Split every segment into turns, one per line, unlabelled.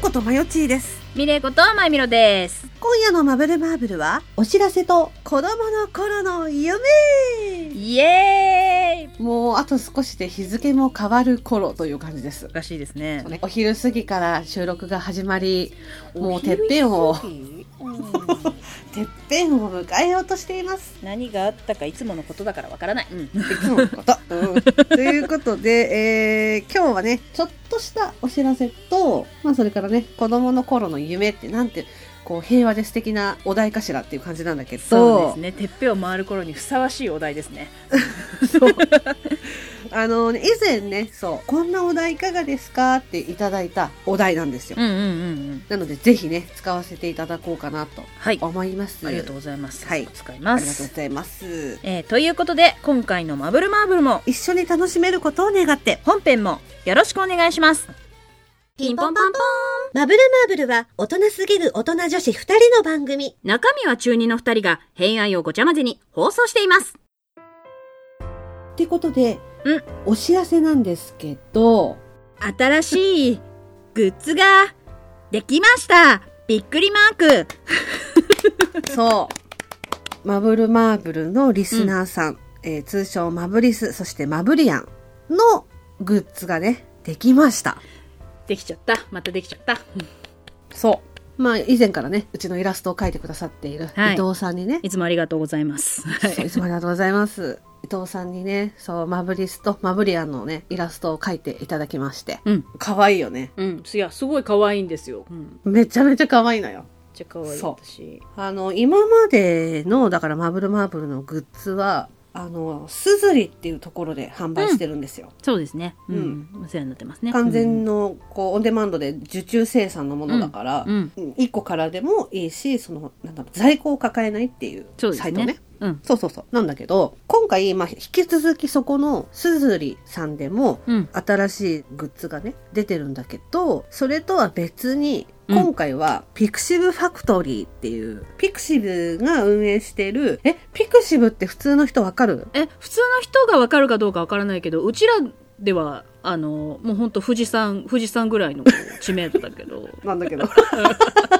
ことまよちーです。
ミレイことまゆみろです。
今夜のマブルマーブルは、
お知らせと、
子供の頃の夢
イエーイ
もうあと少しで日付も変わる頃という感じです。
おかしいですね。
お昼過ぎから収録が始まり、もうてっぺんを、てっぺんを迎えようとしています。
何があったかいつものことだからわからない。うん。
いつものこと。 うんということで、えー今日はね、ちょっとしたお知らせと、まあそれからね、子供の頃の夢ってなんて、こう平和で素敵なお題かしらっていう感じなんだけど、
そうですね。てっぺんを回る頃にふさわしいお題ですね。
あのね、以前ね、そう、こんなお題いかがですかっていただいたお題なんですよ。
うんうんうんうん。
なので、ぜひね、使わせていただこうかなと
はい。
思います。
ありがとうございます。
はい
使いま
ありがとう
す
ご。ざいます。
えーということで、今回のマブルマーブルも、
一緒に楽しめることを願って、
本編もよろしくお願いします。
ピンポンパンポン。
マブルマーブルは大人すぎる大人女子二人の番組。
中身は中二の二人が偏愛をごちゃ混ぜに放送しています。
ってことで、
うん
お知らせなんですけど、
新しいグッズができましたびっくりマーク
そう、マブルマーブルのリスナーさん、えー通称マブリス、そしてマブリアンのグッズがね、できました。
できちゃった。またできちゃった。
そう。まあ、以前からね、うちのイラストを描いてくださっている
はい
伊藤さんにね、
いつもありがとうござい ます。
そういつもありがとうございます。伊藤さんにね、そう、マブリスとマブリアンのね、イラストを描いていただきまして。
うん。
可愛いよね。
うん。いや、すごい可愛いんですよ。うん。め
め
っ
ちゃめちゃ可愛いのよ。
ちゃ可愛い
そう
私。
あの、今までの、だからマブルマーブルのグッズは、あの、スズリっていうところで販売してるんですよ。
そうですね。う
うんん。
お世話になってますね。
完全の、こう、オンデマンドで受注生産のものだから、
うん。うん。
1個からでもいいし、その、なんだろう、在庫を抱えないっていう
そうです
サ
ね。
イトね。
うん。
そうそうそう。なんだけど、今回、まあ、引き続きそこのすずりさんでも、
うん。
新しいグッズがね、出てるんだけど、それとは別に、
うん
今回は、ピクシブファクトリーっていう、ピクシブが運営してる、え、ピクシブって普通の人わかる
え、普通の人がわかるかどうかわからないけど、うちらでは、あの、もうほんと富士山、富士山ぐらいの知名度だけ ど。
なんだけど。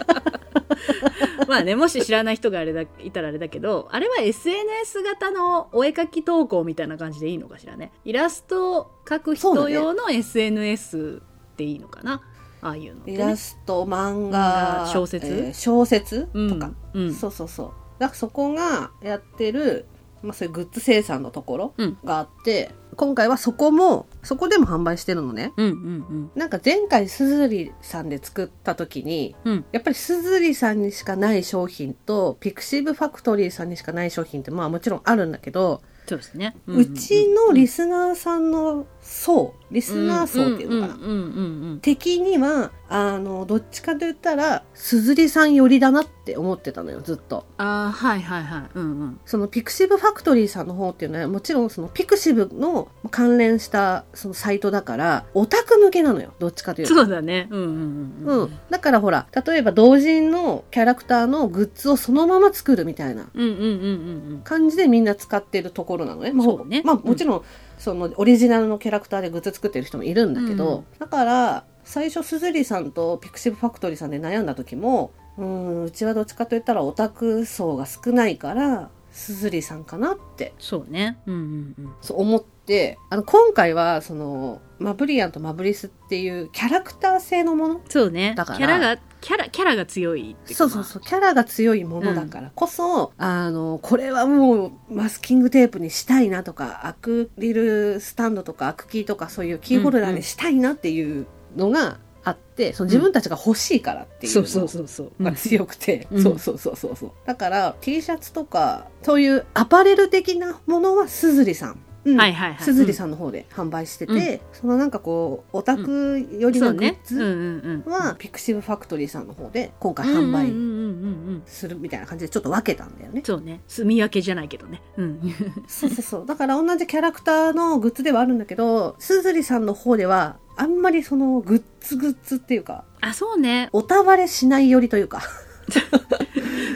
まあね、もし知らない人があれだ、いたらあれだけど、あれは SNS 型のお絵描き投稿みたいな感じでいいのかしらね。イラストを描く人用の SNS でいいのかな、ああいうのって
イ
ね
ラ。スト、漫
漫画
画、
小説
えー小説
うん
とか、
うん
そうそうそう。だからそこがやってる、まあそういうグッズ生産のところ
うん
があって、今回はそこも、そこでも販売してるのね。
うんうん
なんか前回すずりさんで作った時に、
うん
やっぱりすずりさんにしかない商品とピクシブファクトリーさんにしかない商品ってまあもちろんあるんだけど、
そうですね。
うん
んん
ちのリスナーさんの層リスナー層っていうのかな、
うんうんうん
的にはあのどっちかと言ったらすずりさん寄りだなって思ってたのよずっと。
ああ、はいはいはい。うんうん。
そのピクシブファクトリーさんの方っていうのはもちろんそのピクシブの関連したそのサイトだからオタク向けなのよどっちかというと
そうだね。うんうんうん。
う。ん、だからほら例えば同人のキャラクターのグッズをそのまま作るみたいな
うんうんうんうん
感じでみんな使ってるところなのね。まあ
そうね
まあ
うん
もちろん、そのオリジナルのキャラクターでグッズ作ってる人もいるんだけ
うんう
ど、だから最初すずりさんとピクシブファクトリーさんで悩んだ時もうーんうちはどっちかと言ったらオタク層が少ないからすずりさんかなって
そうね。うんうんうん。
そう思ってあの今回はそのマブリアンとマブリスっていうキャラクター性のもの
そうね。
だから
キャラが、キャラ、キャラが強いってい
そうそう
うか。
そう、キャラが強いものだからこそ、あの、これはもうマスキングテープにしたいなとか、アクリルスタンドとかアクキーとかそういうキーホルダーにしたいなっていうのがあって、その自分たちが欲しいからっていう
そ
の
うそうそうそう。
が強くて、
うん
そうそうそうそうそう。だから、T シャツとか、そういうアパレル的なものはすずりさん。うん
はいはいはい。
すずりさんの方で販売してて、
う
そのなんかこうオタク寄り
そう
のグッ。
ねうん
ズ
うんうん。
はピクシブファクトリーさんの方で今回販売
うんうんうんうんうん
するみたいな感じでちょっと分けたんだよね。
そうね。住み分けじゃないけどね。うん。
そうそうそう。だから同じキャラクターのグッズではあるんだけど、すずりさんの方では、あんまりそのグッズグッズっていうか、
あ、そうね。
おたわれしないよりというか、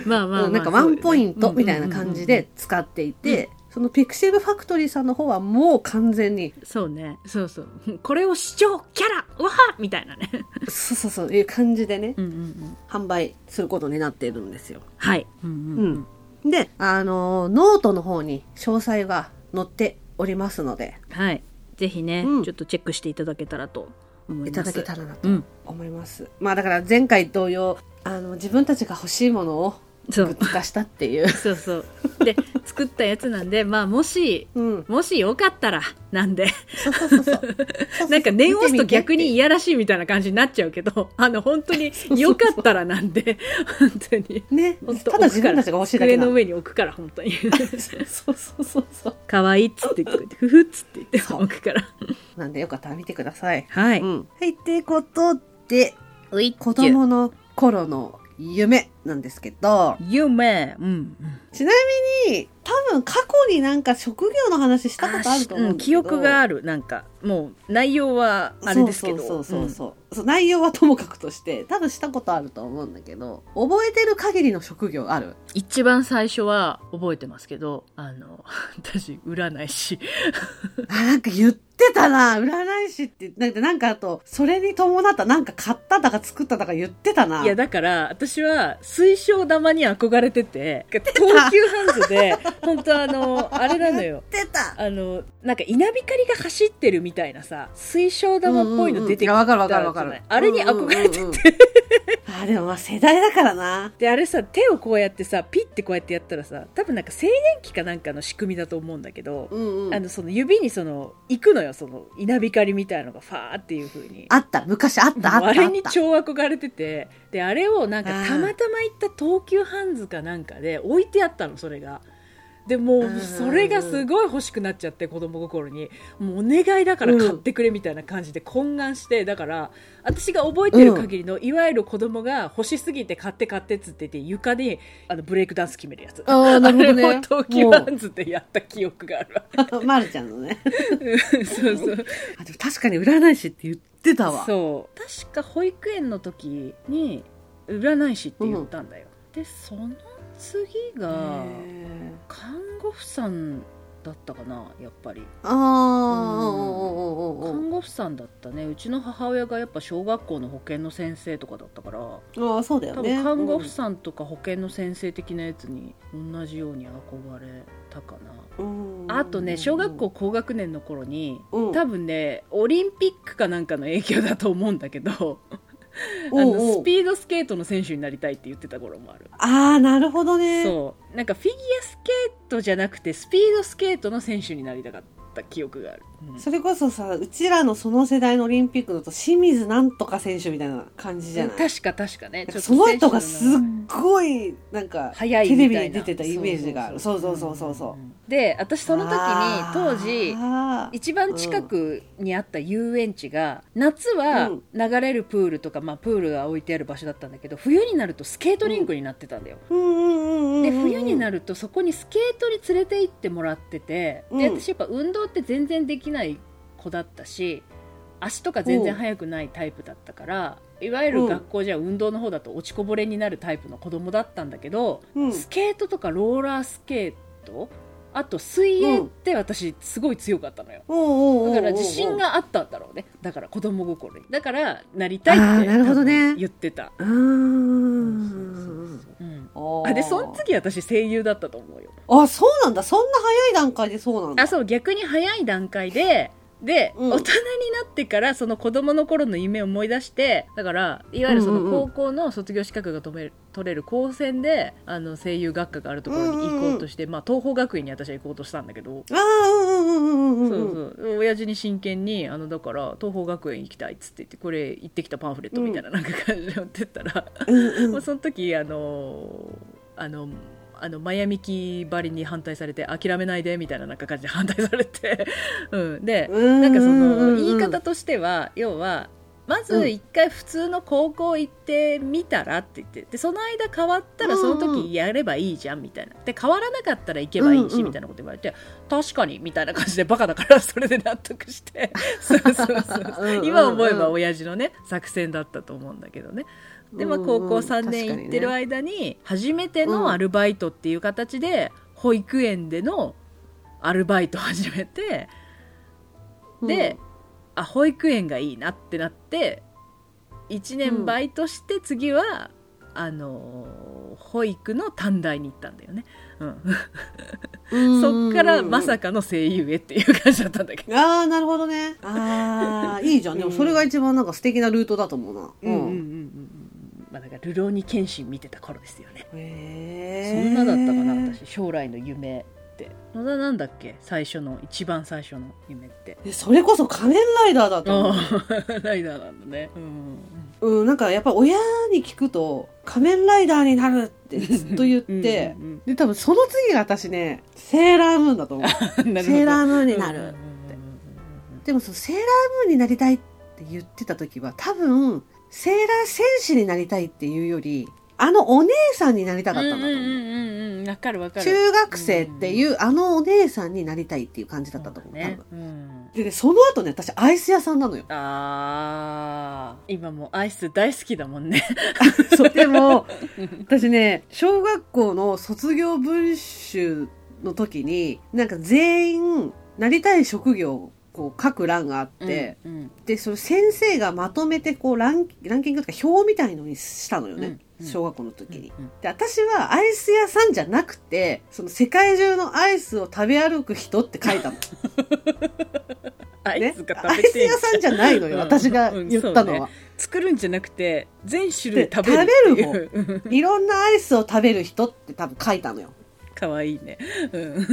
まあまあまあ、
なんかワンポイントみたいな感じで使っていて、そのピクシブファクトリーさんの方はもう完全に
そうねそうそうこれを主張キャラわはみたいなね
そうそうそういう感じでね
うんうんうん
販売することになっているんですよ。
はいうんうんうん
であのノートの方に詳細が載っておりますので
はいぜひね、
うん
ちょっとチェックしていただけたらと思い
い
ま
た
す
だけたらなと
うん
思います。まあだから前回同様あの自分たちが欲しいものを
そ
グッ
う
ズ化したって いう。
そうそうで作ったやつなんでまあもし
うん、
もしよかったらなんで
そうそうそうそう。
なんか念を押すと逆にい
や。
やらしいみたいな感じになっちゃうけど、 あの、本当に良かったらなんで、 本当に。
ね、
本当
ただ自分たちが欲しいだけ
机
な
の
の。
上に置くから、本当に。
そうそうそうそう。
可愛いっつって、 ふふっつって言って置くから。
なんでよかったら見てください。
は
う。ん、
はい、ってことで、
子供の頃の夢なんですけど、
夢、うん。
ちなみに多分過去になんか職業の話したことあると思うんだけど、
記憶が
あ
ある。なんか、もう、内容はあれですけど。
そうそうそうそう,、そう内容はともかくとして多分したことあると思うんだけど覚えてる限りの職業あ る
一番最初は覚えてますけど、あの、 私、占い師。
あなんか言ってたな占い師ってなんかなんかあとそれに伴ったなんか買っただか作っただか言ってたない
やだから私は水晶玉に憧れてて東急ハンズで本当あのあれなのよ
出た
あのなんか稲光が走ってるみたいなさ水晶玉っぽいの出てき
うんうんうんいやわか
た
るわ
じ
か
ゃ
る
な
わかる
いあれに憧れてて、
てあでもまあ世代だからな
であれさ手をこうやってさピッてこうやってやったらさ多分なんか静電気かなんかの仕組みだと思うんだけど、
うんうん
あのその指にその行くのよその稲光みたいのがファーっていう風に
あった昔あったあった
あれに
あった
超憧れててであれをなんか
あー
たまたま行った東急ハンズかなんかで置いてあったのそれがでも
うんうんう
うんそれがすごい欲しくなっちゃって子供心にもうお願いだから買ってくれみたいな感じで懇願してだから私が覚えてる限りのいわゆる子供が欲しすぎて買って買ってっつって言って床にあのブレイクダンス決めるやつ
あーなるほどね
あれを東急ハンズでやった記憶があるわ
まるちゃんの ね
そうそう
あでも確かに占い師って言ってたわ
そう確か保育園の時に占い師って言ったんだよ、でその次が
へー
看護婦さんだったかなやっぱり
ああ、うんうんうんうん
看護婦さんだったねうちの母親がやっぱ小学校の保健の先生とかだったから
うん、ああそうだよ
多
ね。
分看護婦さんとか保健の先生的なやつに同じように憧れたかな、
うん、うん
あとね小学校、高学年の頃に、
うん
多分ねオリンピックかなんかの影響だと思うんだけど
おうおう
あのスピードスケートの選手になりたいって言ってた頃もある、
ああなるほどね。
そうなんかフィギュアスケートじゃなくてスピードスケートの選手になりたかった記憶がある、うん
それこそさうちらのその世代のオリンピックだと清水なんとか選手みたいな感じじゃない。
確か確かね
なんかその人が
選
す
手の名前
っごいなんか
早い
テ
みた
レ
いな
ビに出てたイメージがある。そうそうそうそうそう。
んで私その時に当時
あー
一番近くにあった遊園地が、夏は
うん
流れるプールとか、まあ、プールが置いてある場所だったんだけど冬になるとスケートリンクになってたんだよ、
うんうんうんうんうん
で冬になるとそこにスケートに連れて行ってもらってて、で
うん
私やっぱ運動って全然できない子だったし足とか全然速くないタイプだったからいわゆ
う
る
ん
学校じゃ運動の方だと落ちこぼれになるタイプの子供だったんだけど、
うん
スケートとかローラースケートあと水泳って私すごい強かったのよ。
おうおうおうおう
だから自信があったんだろうねだから子供心にだからなりたい
あ
っ
ー
て
なるほどね
多分言ってた、
うーん
うん、
あー
あでその次私声優だったと思うよ
あそうなんだそんな早い段階でそうなんだ
あそう逆に早い段階でで、
うん
大人になってからその子供の頃の夢を思い出してだからいわゆるそ
うんう
の
んうん
高校の卒業資格が止める取れる高専であの声優学科があるところに行こうとして、まあ、東邦学院に私は行こうとしたんだけど、
ああうんうんうんうんうんうん
そうそう親父に真剣にあのだから東邦学園行きたいっつって言ってこれ行ってきたパンフレットみたいななんか感じで持ってったら、
うん
も
う
うんその時あのあのあのマヤミキばりに反対されて諦めないでみたいななんか感じで反対されて、 うん、で
な
なんかその言い方としては要はまず一回普通の高校行ってみたらって言ってでその間変わったらその時やればいいじゃんみたいなで変わらなかったら行けばいい
うんう
し
ん
みたいなこと言われて確かにみたいな感じでバカだからそれで納得して そうそうそう
うんうんうん
今思えば親父のね作戦だったと思うんだけどねでまあ
うんうん
高校3年行ってる間に初めてのアルバイトっていう形で保育園でのアルバイト始めてで、あ保育園がいいなってなって1
う
年
ん
バイトして次は、あのー保育の短大に行ったんだよね、うん、
うん、
そっからまさかの声優へっていう感じだったんだけど、
ああ、なるほどね。ああ、いいじゃん。でもそれが一番なんか素敵なルートだと思うな。
うんうんうんうんうんまあ、だから「流浪に謙信」見てた頃ですよね、
へえ。
そんなだったかな。私将来の夢って野田なんだっけ最初の一番最初の夢って
えそれこそ仮面ライダーだと思う。
ライダー なんだねうん
うん、なんかやっぱ親に聞くと、仮面ライダーになるってずっと言って、
うんうん
で、多分その次が私ね、セーラームーンだと思う。セ
うんなるほど
ーラームーンにな
うんう
る
んう。んうんうん
でもそのセーラームーンになりたいって言ってた時は、多分、セーラー戦士になりたいっていうより、あのお姉さんになりたかったんだと思う。
うんうんうんうんわかるわかる
中学生っていう、あのお姉さんになりたいっていう感じだったと思う、
そうだね
多分
うん
でねその後ね私アイス屋さんなのよ
あー今もうアイス大好きだもんね
そうで も私ね小学校の卒業文集の時になんか全員なりたい職業をこう書く欄があって、
うんうん
でその先生がまとめてこうランランキングとか表みたいのにしたのよね、
うんうん
小学校の時に、
うん
で私はアイス屋さんじゃなくてその世界中のアイスを食べ歩く人って書いたの
アイ
ね
スが、
ア
食
イ
べ
ス
てん
屋さんじゃないのよ、
うん
私が言ったのは、
作るんじゃなくて全種類食べるっていううん
いろんなアイスを食べる人って多分書いたのよ
かわいいね、うん、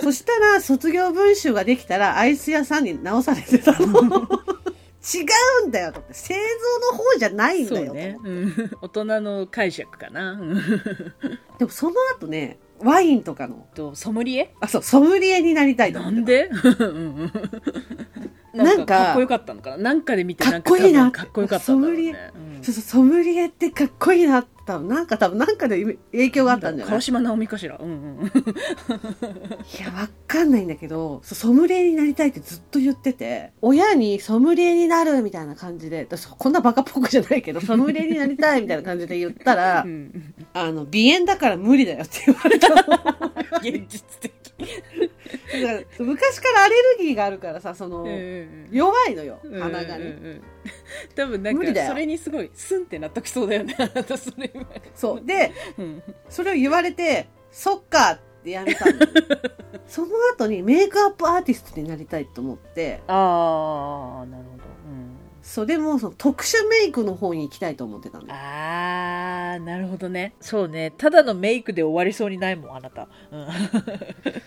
そしたら卒業文集ができたらアイス屋さんに直されてたの違うんだよと思って製造の方じゃないん
そ
だ
う
よと、
ね、うん大人の解釈かなうん
でもその後ねワインとかの
とソムリエ
あそうソムリエ になりたいと思
な
って
んでうんうん
な
なんん
か
かかっこよかったのかななんかで見て
かっこいいな
なんか多分かっこよかったんだろうねうん
そうそうソムリエってかっこいいな多分なんか多分なんかで影響があったんじゃない
川島直美かしらうんうん
いや、わかんないんだけど、そうソムリエになりたいってずっと言ってて、親にソムリエになるみたいな感じで、私こんなバカっぽくじゃないけど、ソムリエになりたいみたいな感じで言ったら、
うん
あの、鼻炎だから無理だよって言われたの。だ か
現実的
ら昔からアレルギーがあるからさ、その、
うん
弱いのよ、鼻が
うんうん
ね。
うん多分なん
無理だ
か
よ
それにすごいスンって納得しそうだよね あなたそれ言われて
そう。で、
うん
それを言われて、そっかってやめた の。その後にメイクアップアーティストになりたいと思って、
ああなるほどうん
そう、でもその特殊メイクの方に行きたいと思ってたの。
あーなるほどねそうねただのメイクで終わりそうにないもんあなた、 うん、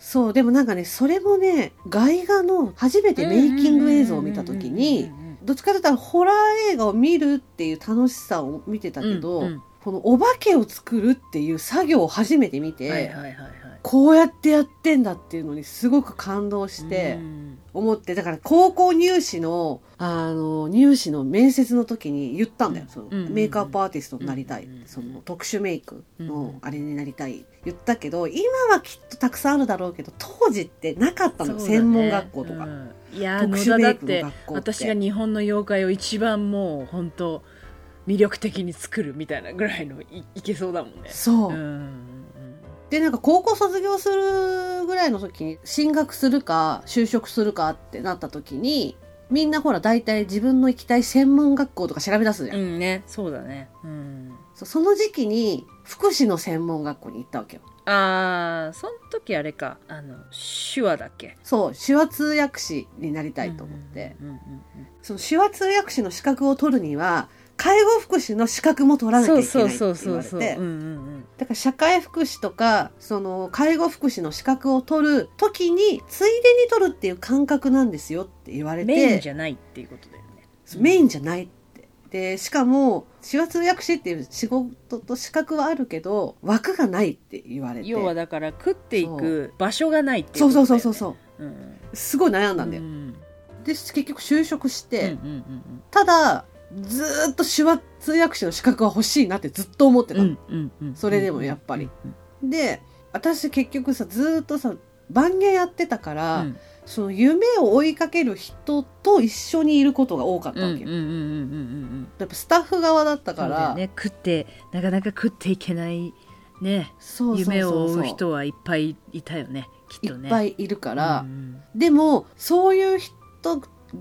そうでもなんかねそれもね外画の初めてメイキング映像を見た時にどっちかというとホラー映画を見るっていう楽しさを見てた
だ
けど、このお化けを作るっていう作業を初めて見て、
はいはいはいはい
こうやってやってんだっていうのにすごく感動して。
うん
思ってだから高校入試のあの入試の面接の時に言ったんだよ、
うん
その
うん
メイクアップアーティストになりたい、
うん
その特殊メイク
うん
のあれになりたい言ったけど今はきっとたくさんあるだろうけど当時ってなかったの、
そうだね
専門学校とか、
うんいやー
特
野
殊
田
メ
だ
イ
っ
クの
て
学校って
私が日本の妖怪を一番もう本当魅力的に作るみたいなぐらいのいいけそうだもんね
そう、
うん
でなんか高校卒業するぐらいの時に進学するか就職するかってなった時にみんなほら大体自分の行きたい専門学校とか調べ出すじゃ、
うんんねそうだねうん
そうその時期に福祉の専門学校に行ったわけよ
あーその時あれかあの手話だっけ
そう手話通訳士になりたいと思って、
うんうんうんうん
その手話通訳士の資格を取るには介護福祉の資格も取らなきゃいけないって言われて
うんうん
だから社会福祉とかその介護福祉の資格を取る時についでに取るっていう感覚なんですよって言わ
う
れ
ん、
て
メインじゃないっていうことだよね
そうメインじゃないってでしかも手話通訳士っていう仕事と資格はあるけど枠がないって言われて
要はだから食ってい
そ
く場所がないっていう
そう
こと
そう
だよ、ね、
そうそうそうすごい悩んだんだよ、
うんうん
で結局就職して、
うんうん
ただずーっと手話通訳士の資格は欲しいなってずっと思ってた
う
の、
んうんうん
それでもやっぱり
うん
で私結局さずーっとさ番芸やってたか
う
ら、
ん
その夢を追いかける人と一緒にいることが多かった
う
わけよ、
んうんうんうんうんうんうん
やっぱスタッフ側だった
そ
か
うだよ
ら、
ね食ってなかなか食っていけないね
そうそうそうそう
夢を追う人はいっぱいいたよねきっ
い
とね
っぱいいるから、
うん
でもそういう人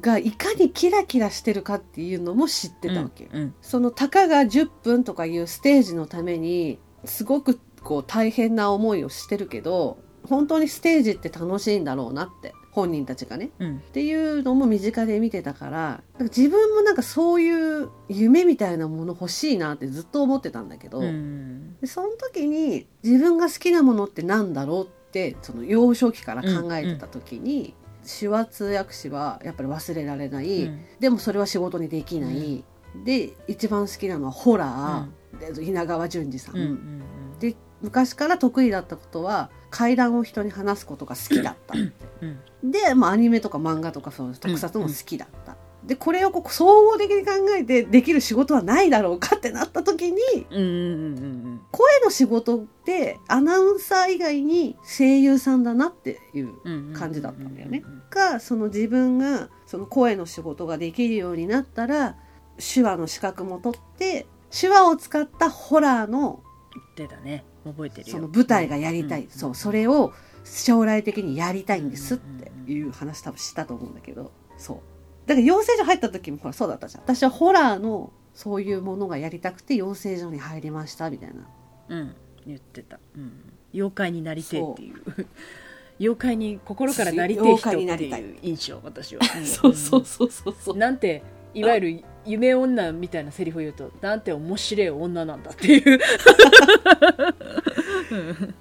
がいかにキラキラしてるかっていうのも知ってたわけよ、
うんうん
そのたかが10分とかいうステージのためにすごくこう大変な思いをしてるけど本当にステージって楽しいんだろうなって本人たちがね
うん
っていうのも身近で見てたからなんか自分もなんかそういう夢みたいなもの欲しいなってずっと思ってたんだけど、
うん
でその時に自分が好きなものってなんだろうってその幼少期から考えてた時に、手話通訳士はやっぱり忘れられない、
うん
でもそれは仕事にできない、で一番好きなのはホラー、で稲川淳二さん、
うんうん
で昔から得意だったことは階段を人に話すことが好きだった、
うん
で、まあ、アニメとか漫画とかそういう特撮も好きだった。でこれをこう総合的に考えてできる仕事はないだろうかってなった時に
うんうんうんうん
声の仕事ってアナウンサー以外に声優さんだなっていう
うんうん
感じだったんだよね。がその自分がその声の仕事ができるようになったら手話の資格も取って手話を使ったホラーの
出たね覚えてるよ
その舞台がやりたい、
うん
そうそれを将来的にやりたいんですっ
うん
て
うんうん
いう話多分したと思うんだけどそうだから養成所入った時もほらそうだったじゃん私はホラーのそういうものがやりたくて養成所に入りましたみたいな
うん言ってた、うん、妖怪になりてえっていう妖怪に心からなりてえ
妖
人っ
怪
て
になりたい
いう印象私は、ん
そうそうそ
なんていわゆる夢女みたいなセリフを言うとなんて面白い女なんだっていう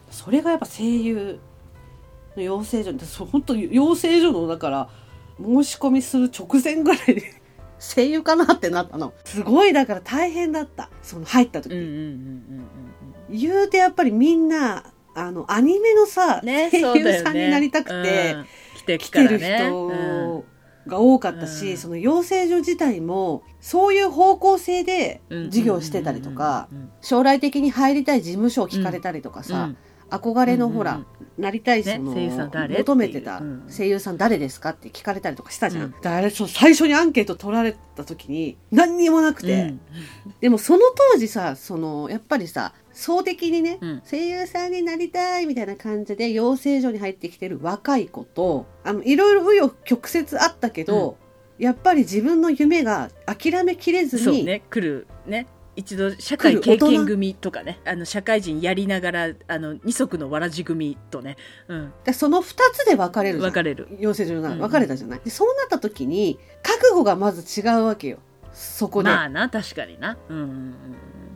それがやっぱ声優の養成所にそう本当に養成所のだから申し込みする直前ぐらいで声優かなってなったのすごいだから大変だったその入った時、
うんうんうんうん
言うてやっぱりみんなあのアニメのさ、
うんね
声
そうだよね
優さんになりたくて、
うん来て
来
き
て
から
る
ね
人が多かったし、
うん
その養成所自体もそういう方向性で
うん
授業してたりとか、
うんうんうん
将来的に入りたい事務所を聞かれたりとかさ、憧れのほら、
うんうん
なりたいその、
ね声優さん誰
求めてた
っていううん
声優さん誰ですかって聞かれたりとかしたじゃん、
うん
だからあれそう最初にアンケート取られた時に何にもなくて、でもその当時さそのやっぱりさ総的にね、
うん
声優さんになりたいみたいな感じで養成所に入ってきてる若い子とあのいろいろ紆余曲折あったけど、やっぱり自分の夢が諦めきれ
うん
ず
そう
に、
ね来るね一度社会経験組とかねあの社会人やりながらあの二足のわらじ組とね、うん、
だその2つで分かれるじゃん
分かれる
養成所が
うん
分かれたじゃない、でそうなった時に覚悟がまず違うわけよそこで、
まあな確かになうん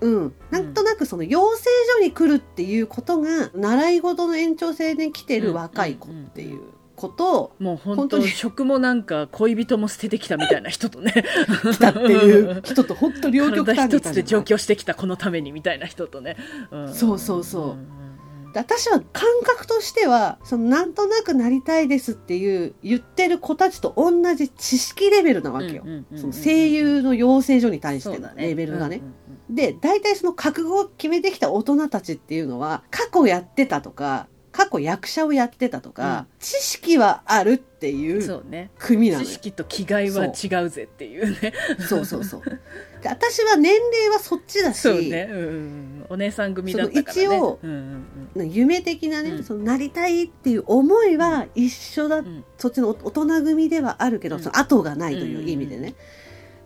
うん
うん、なんとなくその養成所に来るっていうことが習い事の延長線に来てる若い子っていうことを
うんもう本
本当
当
に
職もなんか恋人も捨ててきたみたいな人とね
来たっていう人と本当両極
体
端
一
みた
つ
い
で
な
上京してきたこのためにみたいな人とね、ん
そうそうそうん
ん
で私は感覚としてはそのなんとなくなりたいですっていう言ってる子たちと同じ知識レベルなわ
うん
けよ、
うんうんうん
その声優の養成所に対し
そ
て
う
の
だね
レベルがね
うんうんうん
で大体その覚悟を決めてきた大人たちっていうのは過去やってたとか過去役者をやってたとか、知識はあるっていう
そうね
組なの
知
よ
識と着替えは違うぜっていうね
そうそうそうで私は年齢はそっちだし
そうね、うんうんうん、お姉さん組だったからね
その一応
うんうん
夢的なね、
うん
そのなりたいっていう思いは一緒だ、
うんうん
そっちの大人組ではあるけど、
うん
その後がないという意味でね、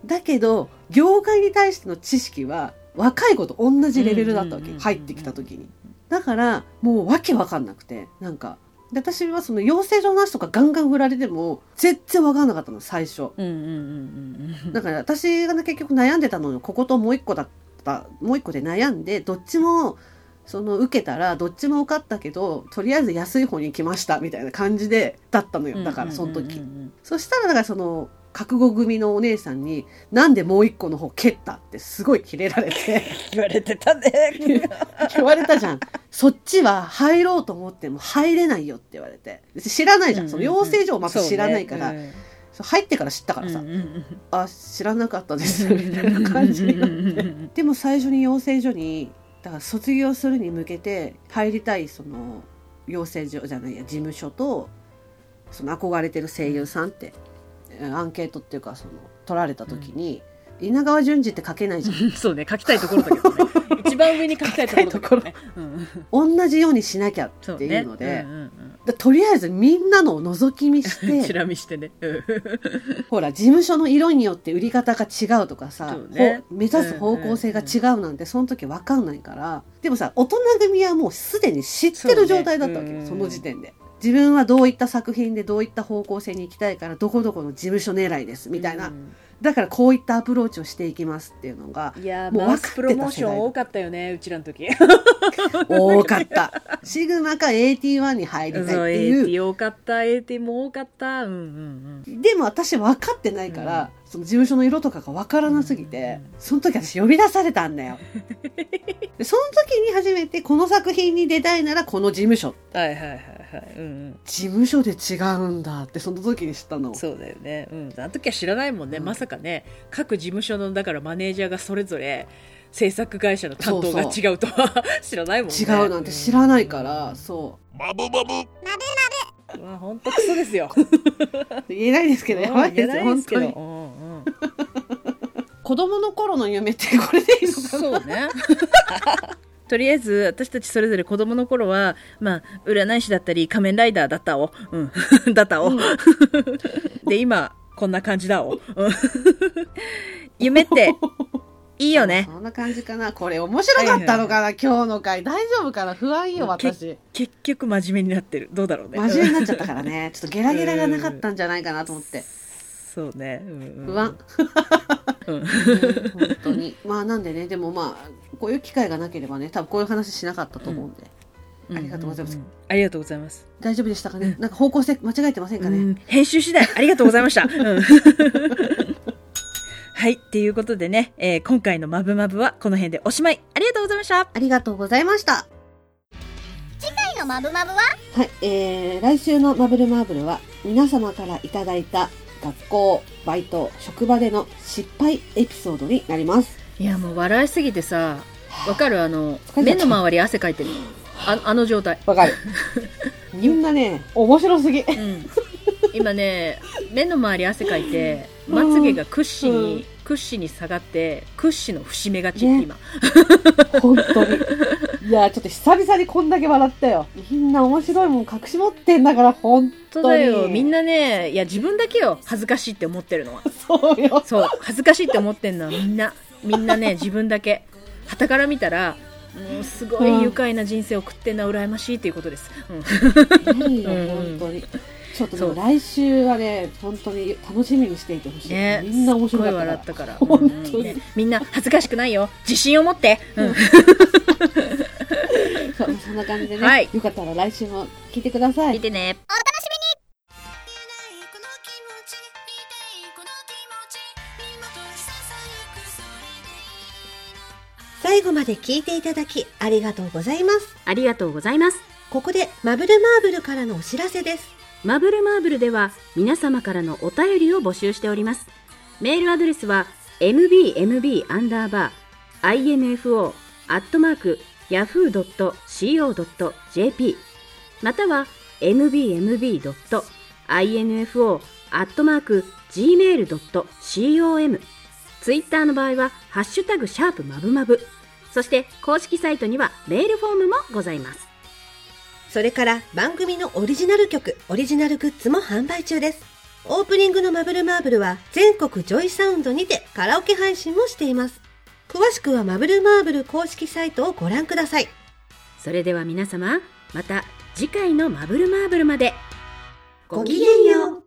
だけど業界に対しての知識は若い子と同じレベルだったわ
うんうん
け、
うんうんうん
入ってきた時にだからもうわけわかんなくてなんかで私はその養成所の話とかガンガン振られても全然わかんなかったの最初
うんうんうんうん
だから私がね結局悩んでたのにここともう一個だったもう一個で悩んでどっちもその受けたらどっちも受かったけどとりあえず安い方に行きましたみたいな感じでだったの
う
よ
ん
だからその時、
うんうんうん
そしたらだからその覚悟組のお姉さんに「なんでもう一個の方蹴った?」ってすごいキレられて
言われてたね
言われたじゃん「そっちは入ろうと思っても入れないよ」って言われて別に知らないじゃん、その養成所をまず知らないから、
うんうんうん
そう入ってから知ったから
そ
さ「
うねうんうんうん
あ知らなかったです」みたいな感じになって。でも最初に養成所にだから卒業するに向けて入りたいその養成所じゃないや事務所とその憧れてる声優さんってえーアンケートっていうかその取られた時に、稲川淳二って書けないじゃん
そうね書きたいところだけどね一番上に書きたいところだけ どね、うん、
同じようにしなきゃ
そ
っ
う
てい
ね
うので
うんうん
だとりあえずみんなのを覗き見し
うん
て
チラ見してねうん
ほら事務所の色によって売り方が違うとかさ、
そうね
ほう目指す方向性が違うなんてその時分かんないからでもさ大人組はもうすでに知ってる状態だったわけよ
そうね
その時点で。自分はどういった作品でどういった方向性に行きたいからどこどこの事務所狙いですみたいな、
うん
だからこういったアプローチをしていきますっていうの が
いやー
もう分かっ
マウ
てた
スプロモーション多かったよねうちらの時
多かったシグマか AT1 に入りたいっ
そう
ていう
AT 多かった AT も多かったうんうんうん
でも私分かってないから、その事務所の色とかが分からなすぎて、
う
その時私呼び出されたんだ よでその時に初めてこの作品に出たいならこの事務所
はいはいはいはいうん
事務所で違うんだってその時に知った
う
の
んそうだよねうんあの時は知らないもんね、
うん
まさかね各事務所のだからマネージャーがそれぞれ制作会社の担当が
そう
違うとは 知らないもんね
違うなんて知らないから、そ
うんまあ本当クソで すよ
う言えないですけどやばいですよ本当に
本
子供の頃の夢ってこれでいいのかな
そうね とりあえず私たちそれぞれ子供の頃はまあ占い師だったり仮面ライダーだったをうん だったを、で今こんな感じだを、うん 夢っていいよね
そんな感じかなこれ面白かったのかな、今日の回大丈夫かな不安よ私
け結局真面目になってるどうだろうね
真面目になっちゃったからねちょっとゲラゲラがなかったんじゃないかなと思って
そうね、うんうん
不安
うん
本当にまあなんでねでもまあこういう機会がなければね多分こういう話しなかったと思うんで、ありがとうございます
んんんありがとうございます、
大丈夫でしたかねなんか方向性間違えてませんかね、
うん編集次第ありがとうございました、うん はいっていうことでね、えー今回の「まぶまぶ」はこの辺でおしまいありがとうございました
ありがとうございました
回のマブマブは
はいえー、来週の「マブルマーブル」は皆様からいただいた学校バイト職場での失敗エピソードになります
いやもう笑いすぎてさわかるあの
疲れちゃった目の
周り汗かいてるああの状態
わ かるみんなね面白すぎ
うん、今ね目の周り汗かいてまつげが屈指に、
うん
屈指に下がって屈指の節目がち、
ね
今
本当にいやちょっと久々にこんだけ笑ったよみんな面白いもん隠し持ってんだから本
本当だよ
本当に
みんなねいや自分だけよ恥ずかしいって思ってるのは
当よ
そう恥ずかしいって思ってるのはみんなみんなね自分だけ傍から見たらもうすごい愉快な人生を送ってんな羨ましいっていうことです、うん
ないよ、
うん
本当に。ちょっとで
そ
も
う
来週はね、本当に楽しみにしていてほしい。
ね、
みんな面白か
すっごい笑
っ
ったた
か
から
本当に
うんうんねみんな恥ずかしくないよ自信を持って、うん
ら。そうそんな感じでね、
はい
よかったら来週も聞いてください
見。てね
この気持ち見ていいこの気持ち身元にささやくそれでいい
最後まで聞いていただきありがとうございます。
ありがとうございます。
ここでマブルマーブルからのお知らせです。
マブルマーブルでは皆様からのお便りを募集しております。メールアドレスは mbmb-info-yahoo.co.jp または mbmb.info-gmail.com ツイッターの場合はハッシュタグシャープマブマブそして公式サイトにはメールフォームもございます。
それから番組のオリジナル曲、オリジナルグッズも販売中です。オープニングのマブルマーブルは全国ジョイサウンドにてカラオケ配信もしています。詳しくはマブルマーブル公式サイトをご覧ください。
それでは皆様また次回の「マブルマーブル」まで
ごきげんよう。